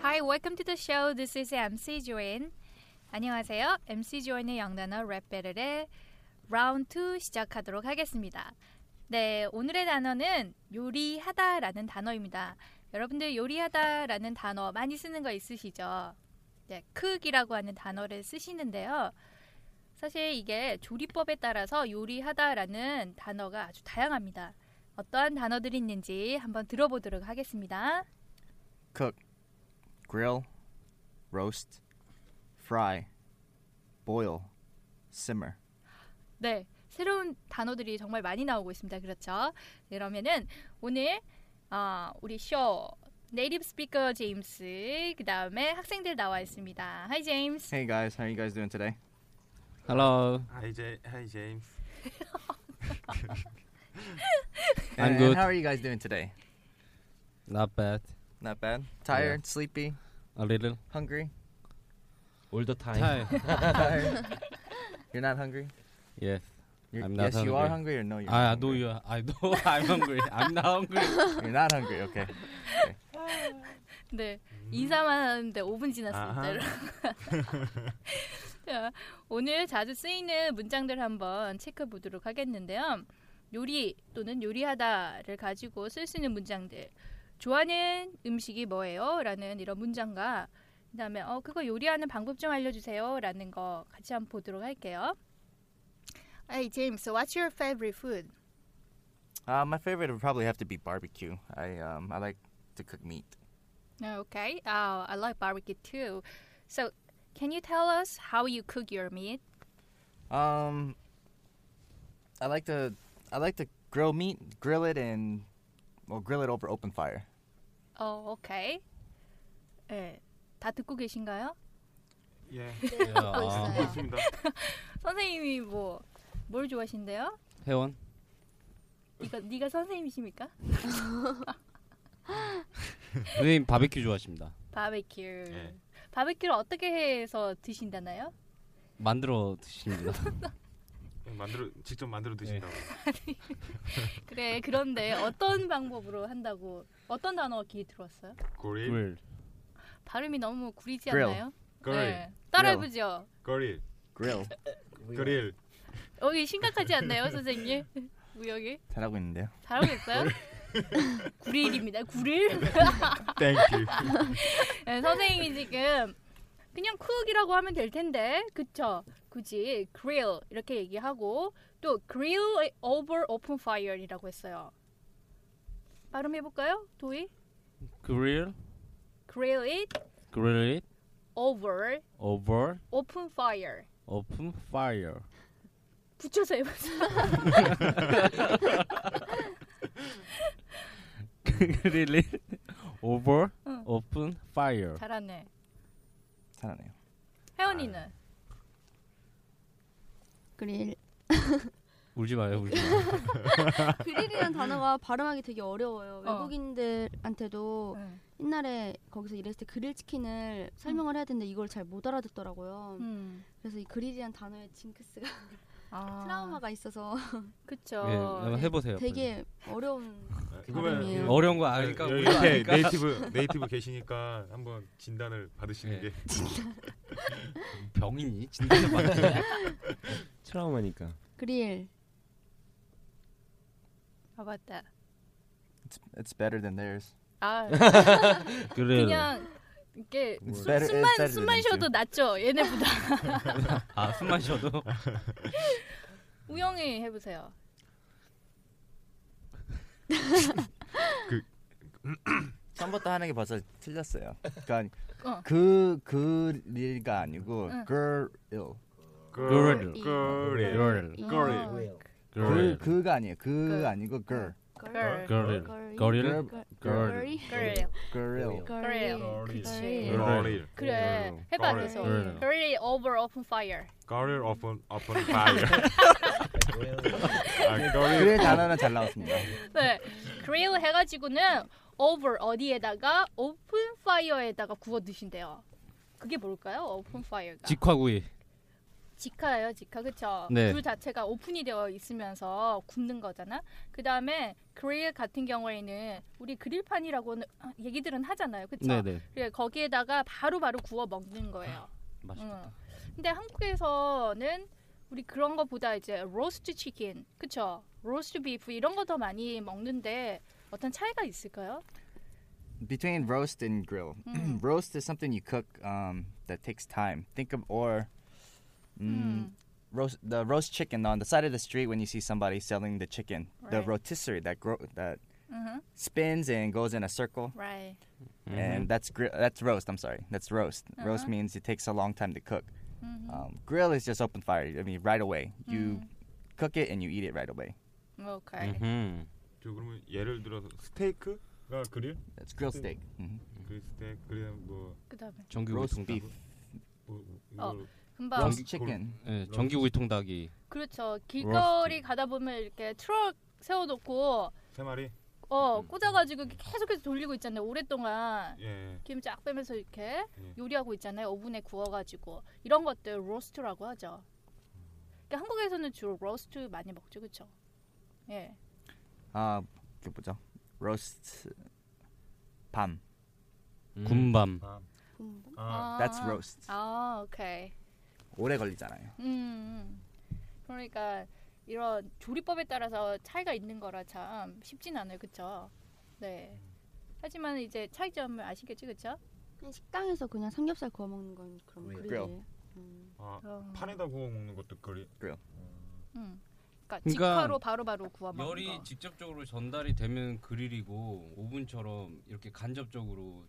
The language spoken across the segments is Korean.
Hi, welcome to the show. This is MC Join. 안녕하세요. MC Join의 영단어 랩 배틀의 라운드 2 시작하도록 하겠습니다. 네, 오늘의 단어는 요리하다라는 단어입니다. 여러분들 요리하다라는 단어 많이 쓰는 거 있으시죠? 네, 쿡이라고 하는 단어를 쓰시는데요. 사실 이게 조리법에 따라서 요리하다라는 단어가 아주 다양합니다. 어떠한 단어들이 있는지 한번 들어보도록 하겠습니다. cook, grill, roast, fry, boil, simmer. 네, 새로운 단어들이 정말 많이 나오고 있습니다. 그렇죠? 그러면은 오늘 아, 우리 쇼 네이티브 스피커 제임스 그다음에 학생들 나와 있습니다. 하이 제임스. Hey guys, how you guys doing today? Hello, Hi, J- hi James. I'm And good. How are you guys doing today? not bad. Not bad. Tired, sleepy, A little. hungry. All the time. Hi. Tired. You're not hungry. yes. You're, I'm not yes, you are hungry, hungry. Ah, or no, you're. I not know hungry. you. I know I'm hungry. I'm not hungry. You're not hungry. Okay. 네. 인사만 하는데 5분 지났습니다. 음. 아하. 여러분. 자, 오늘 자주 쓰이는 문장들 한번 체크 보도록 하겠는데요. 요리 또는 요리하다를 가지고 쓸 수 있는 문장들. 좋아하는 음식이 뭐예요? 라는 이런 문장과 그다음에 어 그거 요리하는 방법 좀 알려 주세요라는 거 같이 한번 보도록 할게요. Hey James, what's your favorite food? Uh, my favorite would probably have to be barbecue. I um I like to cook meat. Okay. Oh, I like barbecue too. So, can you tell us how you cook your meat? Um, I like to I like to grill meat, grill it, and well, grill it over open fire. 어, 오케이. 예. 다 듣고 계신가요? 예. Yeah, 아, 고맙습니다. 선생님이 뭐 뭘 좋아하신대요? 회원. 이거 네가 선생님이십니까? 선생님 바베큐 좋아하십니다. 바베큐. 예. 바베큐를 어떻게 해서 드신다나요? 만들어 드십니다. 음, 만들어 직접 만들어 드신다고. 네. 그래. 그런데 어떤 방법으로 한다고 어떤 단어 귀에 들어왔어요? 네. 고릴, 물. 발음이 너무 구리지 Grill. 않나요? 고릴, 네. 따라해 보죠. 고릴, Grill. 고릴. 여기 심각하지 않나요, 선생님? 우영이 잘하고 있는데요. 잘하겠어요? 구릴입니다. 구릴. 땡큐. 네, 선생님이 지금 그냥 쿡이라고 하면 될 텐데 그쵸 굳이 grill 이렇게 얘기하고 또 grill over open fire이라고 했어요 발음 해볼까요 도희 Grill, grill it grill it over over open fire open fire. 붙여서 해보세요 grill it over 응. open fire. 잘하네 잘하네요. 아, 혜원이는 그릴. 울지 마요, 울지 마. 아. 그릴이라는 단어가 발음하기 되게 어려워요. 네. 어. 뭐. 외국인들한테도 응. 옛날에 거기서 일했을 때 그릴 치킨을 설명을 해야 되는데 이걸 잘 못 알아듣더라고요. 음. 그래서 이 그릴이라는 단어에 징크스가 아, 트라우마가 있어서 그쵸 예, 한번 해보세요. 되게 네. 어려운 그러면 발음이에요. 어려운 거 아니까. 여기 우리가 옆에 아니까. 네. 네이티브 네이티브 계시니까 한번 진단을 받으시는 예. 게 병이니 진짜 맞지. 트라우마니까. 그릴. 아 맞다 It's it's better than theirs. 아 그래. 그냥 이렇게 뭐, It's 숨, better- 예, it's 숨만 better 숨만 than 쉬어도 낫죠 얘네보다. 아, 숨 마셔도. 우영이 해보세요. 처음부터 하는 게 벌써 틀렸어요. 그러니까 어. 그 그릴가 아니고 응. girl 그래요. 그래. 그래. 어, 걸 그 그래. 그가 아니에요. 그 Girl. 아니고 girl Girl. 그래. 거리를 girl 그래. 그래요. girl Girl. 그치. 그치. 거릴. 그래. 음. Girl. 해봐 Girl. 계속. Girl. Girl over open fire. 거릴 open open fire. 아, 거릴. 그릴 단어는 잘 나왔습니다. 네. grill 해가지고는 over 어디에다가 open fire에다가 구워 드신대요. 그게 뭘까요? open fire가 직화구이. 직화예요, 직화 그쵸? 네. 불 자체가 오픈이 되어 있으면서 굽는 거잖아. 그 다음에 grill 같은 경우에는 우리 그릴판이라고 는 얘기들은 하잖아요, 그쵸? 네, 네. 그래 예, 거기에다가 바로바로 구워 먹는 거예요. 아, 맛있겠다. 응. 근데 한국에서는 우리 그런 거보다 이제 로스트 치킨, 그쵸? 로스트 비프 이런 거 더 많이 먹는데 어떤 차이가 있을까요? Between roast and grill, 음. roast is something you cook um, that takes time. Think of or mm, 음. roast the roast chicken on the side of the street when you see somebody selling the chicken, the Right. Mm-hmm. rotisserie that grow that 음. spins and goes in a circle. Right. and that's grill. That's roast. I'm sorry. That's roast. Roast Uh-huh. means it takes a long time to cook. 음. Um, grill is just open fire. I mean, right away. You 음. cook it and you eat it right away. 오케이. 음. 저 그러면 예를 들어서 스테이크가 그릴? That's grill 그- steak. Mhm. 그 스테이크 그냥 뭐, 그다음에 전기구이 Roast 통닭. beef. 뭐 이걸 어. 금방 Roast chicken. 예, 전기구이 통닭이. 그렇죠. 길거리 가다 보면 이렇게 트럭 세워놓고 세 마리? 어 음. 꽂아가지고 이렇게 계속해서 돌리고 있잖아요. 오랫동안 예, 예. 김 쫙 빼면서 이렇게 네. 예. 요리하고 있잖아요. 오븐에 구워가지고 이런 것들 로스트라고 하죠. 그러니까 한국에서는 주로 로스트 많이 먹죠, 그렇죠? 예, Uh, 그 뭐죠? roast. 밤. 음. 군밤. 아, 군밤? 어. 아, Ah. That's roast. 아, 오케이. 오래 걸리잖아요. 음, 음, 그러니까 이런 조리법에 따라서 차이가 있는 거라 참 쉽진 않아요, 그렇죠? 네. 하지만 이제 차이점을 아시겠죠, 그렇죠? 그냥 식당에서 그냥 삼겹살 구워 먹는 건 그럼 뭐 Grill. 그릴이에요. 음. 아, 어, 판에다 구워 먹는 것도 그릴? 음. 그러니까 그러니까 직화로 바로바로 구워 먹는 열이 거. 직접적으로 전달이 되면 그릴이고 오븐처럼 이렇게 간접적으로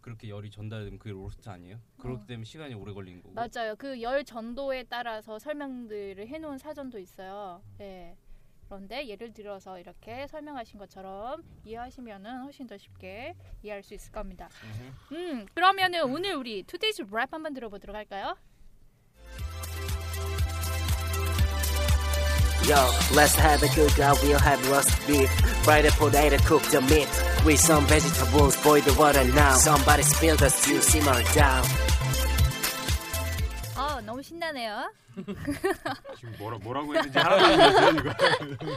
그렇게 열이 전달되면 그게 로스트 아니에요? 어. 그렇기 때문에 시간이 오래 걸린 거고. 맞아요. 그 열 전도에 따라서 설명들을 해놓은 사전도 있어요. 네. 그런데 예를 들어서 이렇게 설명하신 것처럼 이해하시면은 훨씬 더 쉽게 이해할 수 있을 겁니다. 음, 그러면은 오늘 우리 투데이즈 랩 한번 들어보도록 할까요? Yo, let's have a good guy, we'll have roast beef. Fried potato, cook the meat. With some vegetables, boil the water now. Somebody spill the stew, simmer down. 아, 너무 신나네요. 지금 뭐라, 뭐라고 했는지 아, 하나도 모르겠어요, 이거.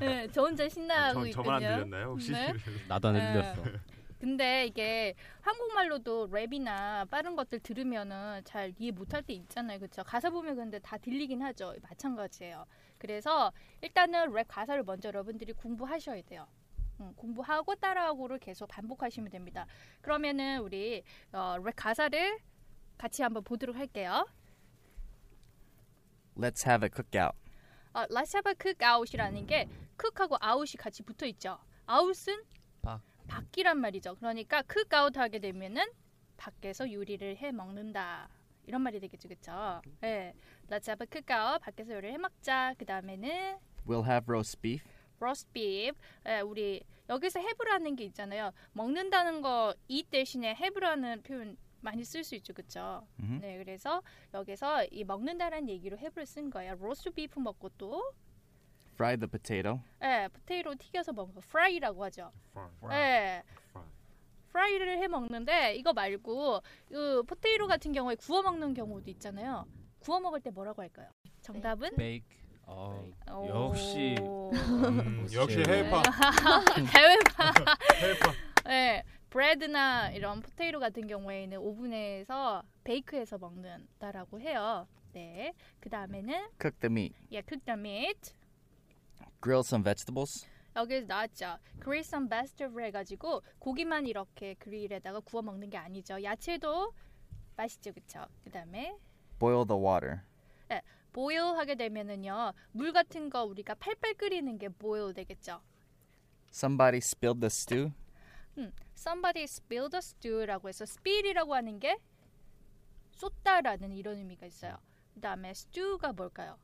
네, 저 혼자 신나하고 아, 저, 있거든요. 저만 안 들렸나요, 혹시? 네. 나도 안 네. 들렸어. 근데 이게 한국말로도 랩이나 빠른 것들 들으면은 잘 이해 못할 때 있잖아요. 그렇죠? 가사 보면 근데 다 들리긴 하죠. 마찬가지예요. 그래서 일단은 랩 가사를 먼저 여러분들이 공부하셔야 돼요. 음, 공부하고 따라하고를 계속 반복하시면 됩니다. 그러면은 우리 어, 랩 가사를 같이 한번 보도록 할게요. Let's have a cookout. 어, Let's have a cookout이라는 게 cook하고 out이 같이 붙어 있죠. out은 밖. 밖이란 말이죠. 그러니까 cookout 하게 되면은 밖에서 요리를 해 먹는다. 이런 말이 되겠죠, 그렇죠? 네, Let's have a cookout. 밖에서 요리를 해 먹자. 그 다음에는 We'll have roast beef. roast beef. 예, 우리 여기서 have라는 게 있잖아요. 먹는다는 거 이 대신에 have라는 표현 많이 쓸 수 있죠, 그렇죠? Mhm. 네, 그래서 여기서 이 먹는다라는 얘기로 have를 쓴 거예요. roast beef 먹고 또 Fry the potato. 예, 포테이로 튀겨서 먹는 거 프라이라고 하죠. 예. 프라이. 프라이를 해 먹는데 이거 말고 그 포테이로 같은 경우에 구워 먹는 경우도 있잖아요. 구워 먹을 때 뭐라고 할까요? 정답은 베이크. 어, 오. 네. 역시. 음, 역시 해외파. 해외파. 해외파. 예. 브레드나 이런 포테이로 같은 경우에는 오븐에서 베이크해서 먹는다라고 해요. 네. 그다음에는 Cook the meat. 예, cook the meat. Grill some vegetables. 여기 나왔죠. Grill some bastard 해가지고 고기만 이렇게 그릴에다가 구워 먹는 게 아니죠. 야채도 맛있죠, 그쵸? 그 다음에 Boil the water. boil 하게 되면은요 물 같은 거 우리가 팔팔 끓이는 게 boil 되겠죠. Somebody spilled the stew. 음, somebody spilled the stew라고 해서 spill이라고 하는 게 쏟다라는 이런 의미가 있어요. 그다음에 stew가 뭘까요?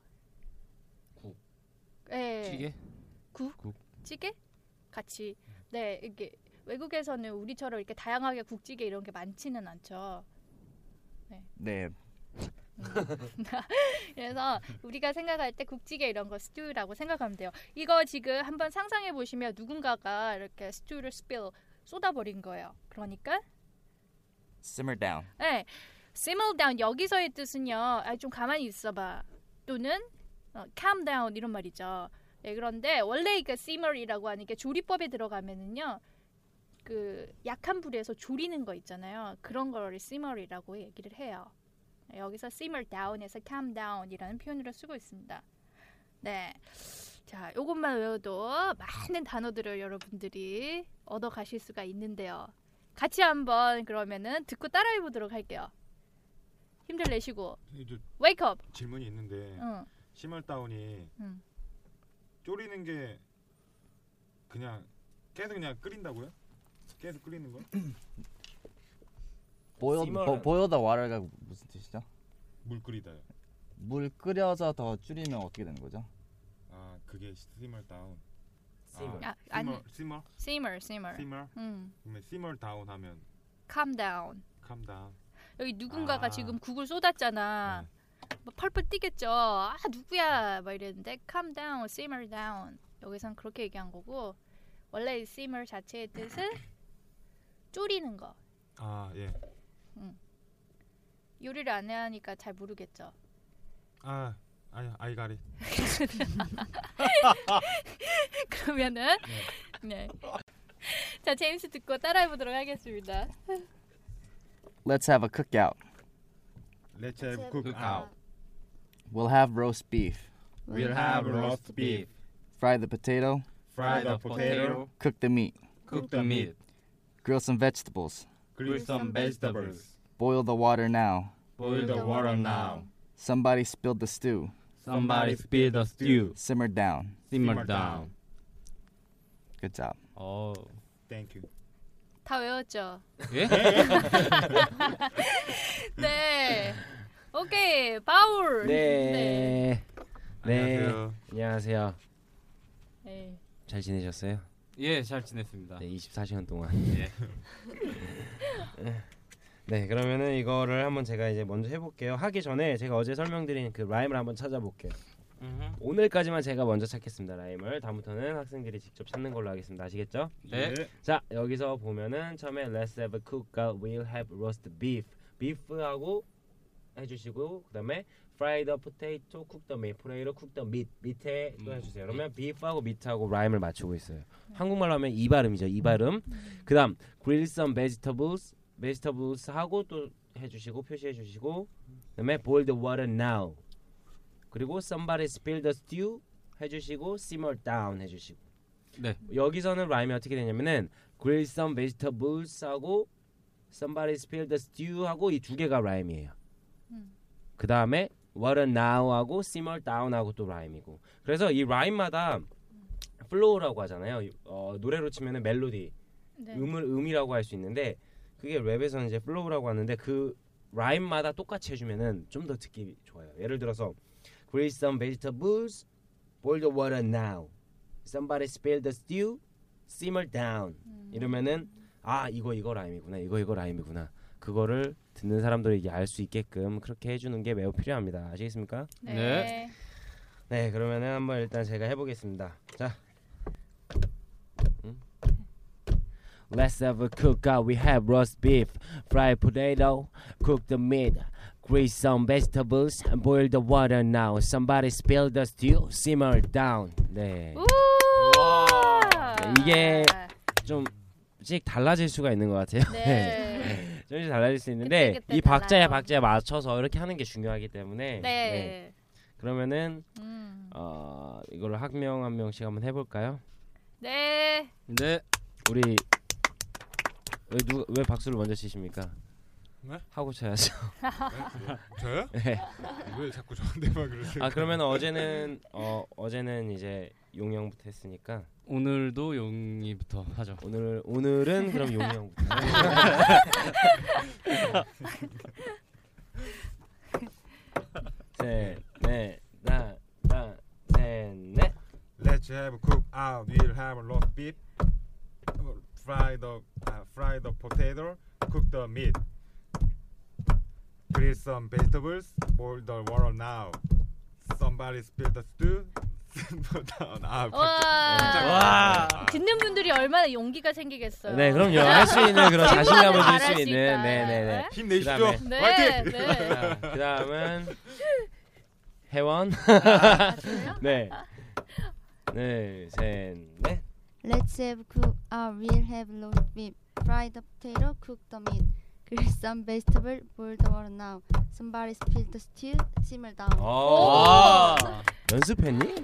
국. 예. 찌개? 국? 국. 찌개? 같이. 네, 이게 외국에서는 우리처럼 이렇게 다양하게 국찌개 이런 게 많지는 않죠. 네. 그래서 우리가 생각할 때 국찌개 이런 거 스튜라고 생각하면 돼요. 이거 지금 한번 상상해 보시면 누군가가 이렇게 스튜를 스필 쏟아버린 거예요. 그러니까 Simmer down. 네, simmer down 여기서의 뜻은요. 아, 좀 가만히 있어봐. 또는 어, calm down 이런 말이죠. 예, 그런데 원래 이그 simmer이라고 하는 게 조리법에 들어가면은요. 그 약한 불에서 조리는 거 있잖아요. 그런 거를 simmer이라고 얘기를 해요. 네, 여기서 simmer down에서 calm down이라는 표현으로 쓰고 있습니다. 네. 자, 요것만 외워도 많은 단어들을 여러분들이 얻어 가실 수가 있는데요. 같이 한번 그러면은 듣고 따라해 보도록 할게요. 힘들 내시고 이제 wake up. 질문이 있는데 응. 시멀다운이 음. 졸이는 게 그냥 계속 그냥 끓인다고요? 계속 끓이는 거? Boil Simmer. bo- boil the water가 무슨 뜻이죠? 물 끓이다요. 물 끓여서 더 줄이면 어떻게 되는 거죠? 아 그게 시멀다운. 아, 아, 아니. 시멀 simmer 시멀 simmer. 시멀. 음. 그러면 시멀다운 하면 calm down. 캄다. 여기 누군가가 아. 지금 국을 쏟았잖아. 막 펄펄 뛰겠죠. 아 누구야? 막 이랬는데 calm down, simmer down. 여기선 그렇게 얘기한 거고 원래 이 simmer 자체의 뜻은 졸이는 거. 아 예. 요리를 안 하니까 잘 모르겠죠. 아 아니 아이가리. 그러면은 네. 자 제임스 듣고 따라해 보도록 하겠습니다. Let's have a cookout. Let's have cook cookout. We'll have roast beef. We'll have roast beef, Fry the potato. fry the potato, Cook the meat. cook the meat, Grill some vegetables. grill some vegetables, Boil the water now. boil the water now. Somebody spilled the stew. Somebody spill the stew, Simmer down. simmer down. Good job. 어, Thank you. 다 외웠죠. 예? 네. 오케이 바울. 네. 네. 안녕하세요. 안녕하세요. 네. 잘 지내셨어요? 예, 잘 지냈습니다. 네, 24시간 동안. 예. 네, 그러면은 이거를 한번 제가 이제 먼저 해볼게요. 하기 전에 제가 어제 설명드린 그 라임을 한번 찾아볼게요. 음흠. 오늘까지만 제가 먼저 찾겠습니다. 라임을 다음부터는 학생들이 직접 찾는 걸로 하겠습니다. 아시겠죠? 네. 예. 자 여기서 보면은 처음에 Let's have a cookout, we'll have roast beef, beef하고 해주시고 그다음에 fried potato, cook the meat, potato, cook the meat 밑에 또 음. 해주세요. 네, 그러면 beef하고 meat하고 라임을 맞추고 있어요. 한국말로 하면 이 발음이죠. 이 발음. 그다음 grill some vegetables, vegetables 하고 또 해주시고 표시해주시고 그다음에 boil the water now. 그리고 somebody spill the stew 해주시고 simmer down 해주시고. 네. 여기서는 라임이 어떻게 되냐면은 grill some vegetables 하고 somebody spilled the stew 하고 이 두 개가 라임이에요. 음. 그 다음에 water now 하고 simmer down 하고 또 라임이고. 그래서 이 라임마다 플로우라고 하잖아요. 어, 노래로 치면은 멜로디, 네. 음을 음이라고 할 수 있는데 그게 랩에서는 이제 플로우라고 하는데 그 라임마다 똑같이 해주면은 좀 더 듣기 좋아요. 예를 들어서 grill some vegetables, boil the water now, somebody spilled the stew, simmer down. 음. 이러면은 아 이거 이거 라임이구나 이거 이거 라임이구나 그거를 듣는 사람들에게 알 수 있게끔 그렇게 해주는 게 매우 필요합니다 아시겠습니까? 네. 네. 네 그러면은 한번 일단 제가 해보겠습니다 자 음? Let's have a cookout. We have roast beef, fried potato, cook the meat, grease some vegetables, and boil the water now. Somebody spill the stew, simmer down. 네. 우. 네, 이게 좀씩 달라질 수가 있는 것 같아요. 네. 조금씩 달라질 수 있는데 그때 그때 이 박자에 달라요. 박자에 맞춰서 이렇게 하는 게 중요하기 네. 때문에 네. 그러면은 음. 어, 이거를 한 명 한 명씩 한번 해볼까요? 네. 네. 우리 왜, 누, 왜 박수를 먼저 치십니까? 네? 하고 쳐야죠. 저요? 네. 왜 자꾸 저한테만 그러세요? 아 그러면 어제는 어 어제는 이제 용영부터 했으니까 오늘도 용이부터 하죠. 오늘 오늘은 그럼 용영부터. 네, 셋넷나나셋넷 Let's have a cook out. We'll have a roast beef. Fry the uh, fry the potato. Cook the meat. Grill some vegetables. Boil the water now. Somebody spill the stew. Simple down. 아, 갑자기- 와. 아, 듣는 분들이 얼마나 용기가 생기겠어요. 네 그럼요 할 수 있는 그런 질문을 자신감을 줄 잘할 수 수 있는 있다. 네네네 힘내시죠. 그다음에. 네. 화이팅! 네. 자, 그다음은 해원 네. 네, 셋, 넷. Let's have cook out. We'll have roast beef. Fry the potato. Cook the meat. Grill some vegetable. Boil the water now. Somebody spill the stew. Simmer 어. down. 어. 오. 연습했니?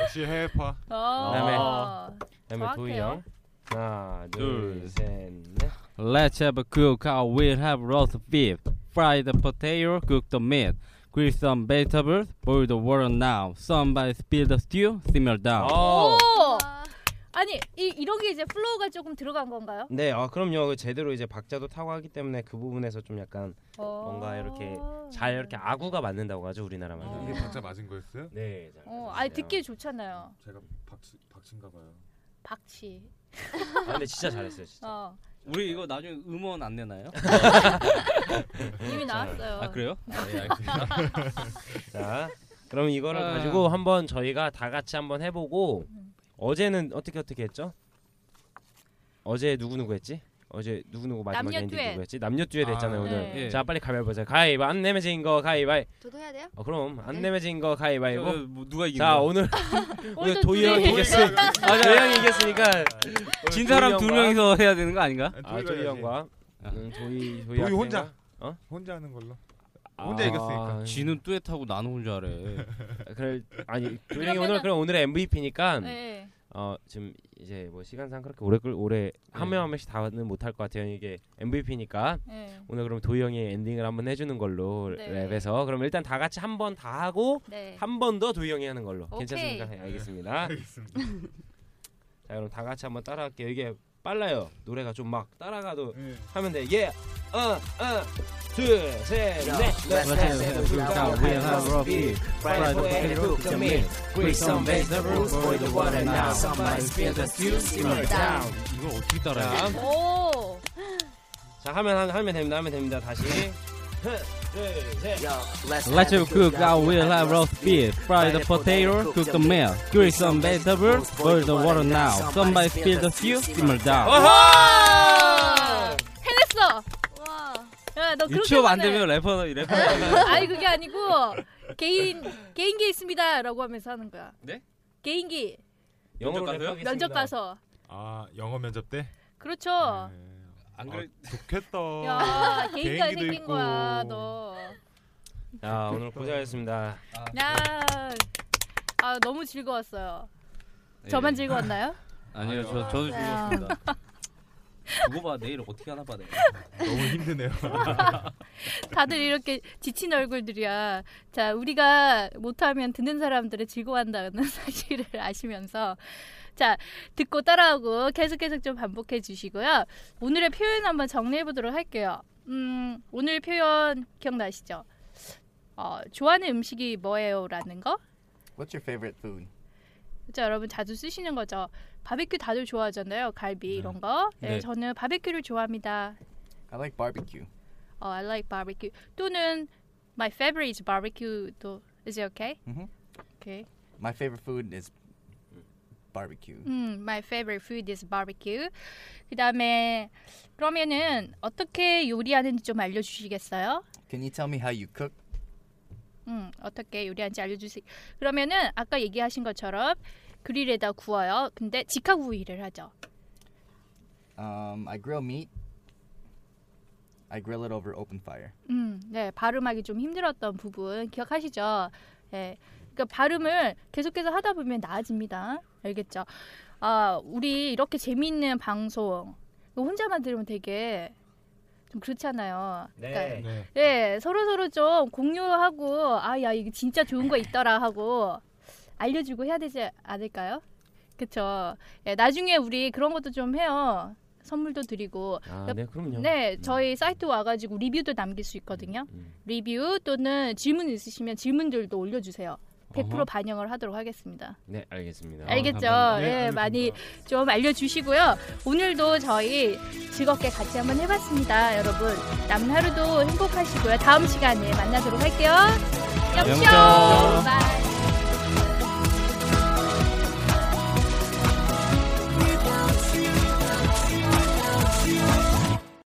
역시 해파. 어. 그다음에. 그다음에 정확해요. 도희 형. 하나, 둘, 둘. 셋, 넷. Let's have a cook out. We'll have roast beef, fry the potato, cook the meat, grill some vegetables, boil the water now. Somebody spill the stew, simmer down. 어. 오. 아니 이 이런 게 이제 플로우가 조금 들어간 건가요? 네, 아 그럼요. 그 제대로 이제 박자도 타고 하기 때문에 그 부분에서 좀 약간 뭔가 이렇게 잘 이렇게 아구가 맞는다고 하죠 우리나라 어. 말로. 이게 박자 맞은 거였어요? 네. 잘 어, 맞으세요. 아니 듣기에 좋잖아요. 제가 박치 박친가 봐요. 박치. 아 근데 진짜 잘했어요, 진짜. 어. 우리 이거 나중에 음원 안 내나요? 이미 나왔어요. 아 그래요? 네. 네, 아, 자, 그럼 이거를 아. 가지고 한번 저희가 다 같이 한번 해보고 어제는 어떻게 어떻게 했죠? 어제 누구 누구 했지? 어제 누구 누구 마지막 남녀 엔딩 듀엣. 누구 했지? 남녀 듀엣 아, 했잖아요 오늘. 네. 자 빨리 가위바위보 하자. 가위바위 안 내면 진거 가위바위. 저도 해야 돼요? 어, 그럼 안 네. 내면 진거 가위바위보. 뭐 누가 네. 이긴 자 거야? 오늘 오늘 오늘도 도희 둘이- 형이 이겼어. 아, 도희 형이 이겼으니까 네. 진 사람 두 도희 형과- 명이서 해야 되는 거 아닌가? 아 도희 형과 음, 도희 도희 도희 아. 혼자. 학생과- 어? 아. 혼자 하는 걸로. 혼자 이겼으니까. 아, 진은 뚜엣하고 나는 혼자 네. 하래. 그래 아니 도희 형이 그러면은- 오늘 그럼 오늘의 MVP니까 네. 어 지금 이제 뭐 시간상 그렇게 오래 끌 오래 한 명 한 명씩 다는 못할 것 같아요. 이게 MVP니까 네. 오늘 그럼 도희 형이 엔딩을 한번 해주는 걸로 네. 랩에서 그럼 일단 다 같이 한 번 다 하고 네. 한 번 더 도희 형이 하는 걸로 오케이. 괜찮습니까? 네, 알겠습니다. 알겠습니다. 자 그럼 다 같이 한번 따라할게요. 이게 빨라요. 노래가 좀 막 따라가도 예. 하면 돼. 예, 어어둘셋넷 Let's have a cook out. We'll have roast beef. Fry the potato. Cook the meat. Grill some vegetables. Boil the water now. Somebody spill the stew. Simmer down. 이걸 어떻게 따라해? 오. 자 하면 하- 하면 됩니다. 하면 됩니다. 다시 둘셋 Yo, let's Let's have a cook out. We'll have roast beef. beef, fry the potato, cook the meat, grill some vegetables, boil the water now. Somebody spill the stew, simmer down. 아, 해냈어. 와. 야, 너 그렇게 유치업 안 되면 래퍼 래퍼. 아니 그게 아니고 개인 개인기 있습니다라고 하면서 하는 거야. 네? 개인기 영어로 면접 가서요? 랩하겠습니다. 면접 가서. 아 영어 면접 때? 그렇죠. 네. 안 그래- 좋겠다. 야, 개인기가 네. 개인기도 생긴 있고. 거야, 너. 자 아, 오늘 고생하셨습니다. 야. 아, 너무 즐거웠어요. 저만 즐거웠나요? 네. 아니요, 저 저도 즐겁습니다. 그거 봐 내일 어떻게 하나 봐 내가. 너무 힘드네요. 다들 이렇게 지친 얼굴들이야. 자, 우리가 못하면 듣는 사람들을 즐거워한다는 사실을 아시면서 자, 듣고 따라하고 계속 계속 좀 반복해 주시고요. 오늘의 표현 한번 정리해 보도록 할게요. 음, 오늘 표현 기억나시죠? 어, 좋아하는 음식이 뭐예요? 라는 거? What's your favorite food? 그렇죠 여러분 자주 쓰시는 거죠. 바베큐 다들 좋아하잖아요. 갈비 이런 거. 네, 네. 저는 바베큐를 좋아합니다. I like barbecue. 어, I like barbecue. 또는 my favorite is barbecue도 is it okay? Mhm. Okay. My favorite food is barbecue. 음, my favorite food is barbecue. 그다음에 그러면은 어떻게 요리하는지 좀 알려 주시겠어요? Can you tell me how you cook? 음, 어떻게 요리하는지 알려주세요. 그러면은 아까 얘기하신 것처럼 그릴에다 구워요. 근데 직화구이를 하죠. Um, I grill meat. I grill it over open fire. 음, 네, 발음하기 좀 힘들었던 부분 기억하시죠? 예. 그러니까 발음을 계속해서 하다 보면 나아집니다. 알겠죠? 아 우리 이렇게 재미있는 방송 이거 혼자만 들으면 되게 좀 그렇잖아요. 그러니까 네. 예, 서로 서로 좀 공유하고 아 야 이게 진짜 좋은 거 있더라 하고 알려주고 해야 되지 않을까요? 그쵸. 예, 나중에 우리 그런 것도 좀 해요. 선물도 드리고. 아, 네, 그럼요. 네, 저희 사이트 와가지고 리뷰도 남길 수 있거든요. 음, 리뷰 또는 질문 있으시면 질문들도 올려주세요. 100% 어허. 반영을 하도록 하겠습니다. 네, 알겠습니다. 알겠죠? 아, 예, 네, 많이 좀 알려주시고요. 오늘도 저희 즐겁게 같이 한번 해봤습니다. 여러분, 남은 네, 하루도 행복하시고요. 다음 시간에 만나도록 할게요. 영쇼! 영쇼! 바이.